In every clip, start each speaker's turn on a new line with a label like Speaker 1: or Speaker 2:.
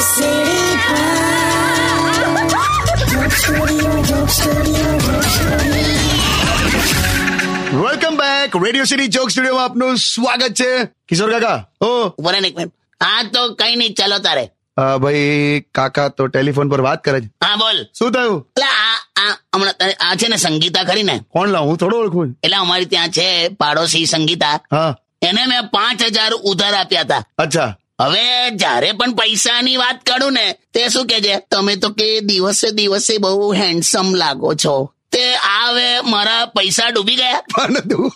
Speaker 1: સીડી
Speaker 2: welcome back radio city joke studio આપનું સ્વાગત છે કિશોર કાકા ઓ
Speaker 3: ઉભો રહે ને એક મિનિટ. હા તો કઈ નહીં ચલો તારે
Speaker 2: અ, ભાઈ કાકા તો ટેલિફોન પર વાત કરે છે
Speaker 3: હા બોલ
Speaker 2: શું થયું
Speaker 3: એટલે આ આ હમણાં તારે- આ છે ને સંગીતા ખરી ને
Speaker 2: કોણ લાવ હું થોડો ઓળખું
Speaker 3: એટલે અમારી ત્યાં છે પાડોશી સંગીતા
Speaker 2: હા
Speaker 3: એને મેં પાંચ હજાર ઉધાર આપ્યા હતા
Speaker 2: અચ્છા
Speaker 3: હવે જ્યારે પણ પૈસાની વાત કરું ને તે શું કે છે તમે તો કે દિવસે દિવસે બહુ હેન્ડસમ લાગો છો તે આ હવે મારા પૈસા ડૂબી ગયા
Speaker 2: પણ તું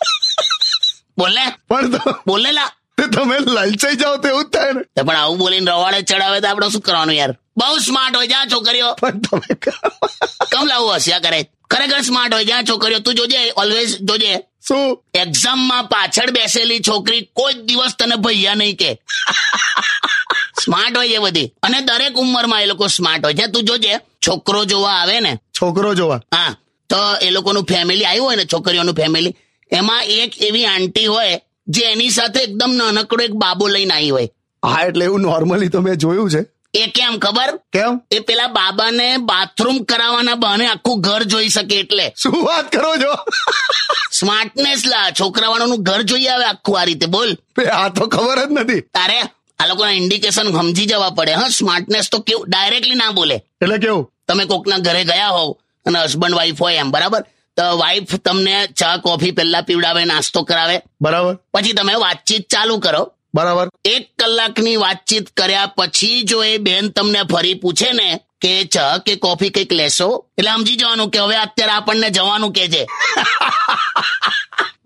Speaker 3: બોલ ને
Speaker 2: પણ તો
Speaker 3: બોલ ને લા
Speaker 2: તે તમે લાલચાઈ જાઓ તો એવું જ થાય ને
Speaker 3: તે પણ આવું બોલીને રવાડે ચડાવે તો આપણે શું કરવાનું યાર બહુ સ્માર્ટ હોય જા છોકરીઓ
Speaker 2: પણ તમે ક-
Speaker 3: કમ લાવું હસ્યા કરે ખરેખર સ્માર્ટ હોય જ્યાં છોકરીઓ તું જોજે ઓલવેઝ જોજે
Speaker 2: શું
Speaker 3: એક્ઝામમાં પાછળ બેસેલી છોકરી કોઈ જ દિવસ તને ભૈયા નહીં કે સ્માર્ટ હોય છે બધી અને દરેક ઉંમરમાં એ લોકો સ્માર્ટ હોય છે તું જોજે છોકરો જોવા આવે ને
Speaker 2: છોકરો જોવા
Speaker 3: હા તો એ લોકોનું ફેમિલી આવ્યું હોય ને છોકરીઓનું ફેમિલી એમાં એક એવી આંટી હોય જે એની સાથે એકદમ નાનકડો એક બાબો લઈને આવી હોય
Speaker 2: હા એટલે એવું નોર્મલી તો મેં જોયું છે
Speaker 3: એ કેમ ખબર
Speaker 2: કેમ
Speaker 3: એ પેલા બાબાને બાથરૂમ કરાવવાના બહાને આખું ઘર જોઈ શકે એટલે
Speaker 2: શું વાત કરો છો
Speaker 3: સ્માર્ટનેસ લા છોકરાવાળાનું ઘર જોઈએ હવે આખું આ રીતે બોલ
Speaker 2: બે, આ તો ખબર જ નથી
Speaker 3: તારે આ લોકોના ઇન્ડિકેશન સમજી જવા પડે હા સ્માર્ટનેસ તો કેવું ડાયરેક્ટલી ના બોલે
Speaker 2: એટલે કેવું
Speaker 3: તમે કોકના ઘરે ગયા હોવ અને હસબન્ડ વાઈફ હોય એમ બરાબર તો વાઈફ તમને ચા કોફી પહેલા પીવડાવે નાસ્તો કરાવે
Speaker 2: બરાબર
Speaker 3: પછી તમે વાતચીત ચાલુ કરો
Speaker 2: બરાબર
Speaker 3: એક કલાકની વાતચીત કર્યા પછી જો એ બેન તમને ફરી પૂછે ને કે ચા કે કોફી કંઈક લેશો એટલે સમજી જવાનું કે હવે અત્યારે આપણને જવાનું કે છે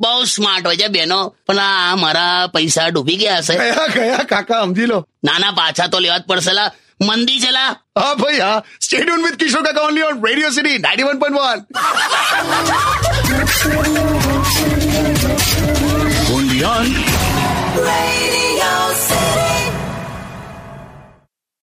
Speaker 3: બહુ સ્માર્ટ હોય છે બેનો પણ આ મારા પૈસા ડૂબી ગયા હશે
Speaker 2: કયા કયા કાકા સમજી લો
Speaker 3: નાના પાછા તો લેવા જ પડશે લા મંદી છે લા
Speaker 2: હા ભાઈ હા સ્ટેડિયમ વિથ કિશોર કાકા only on radio city ninety one point one
Speaker 1: Radio City.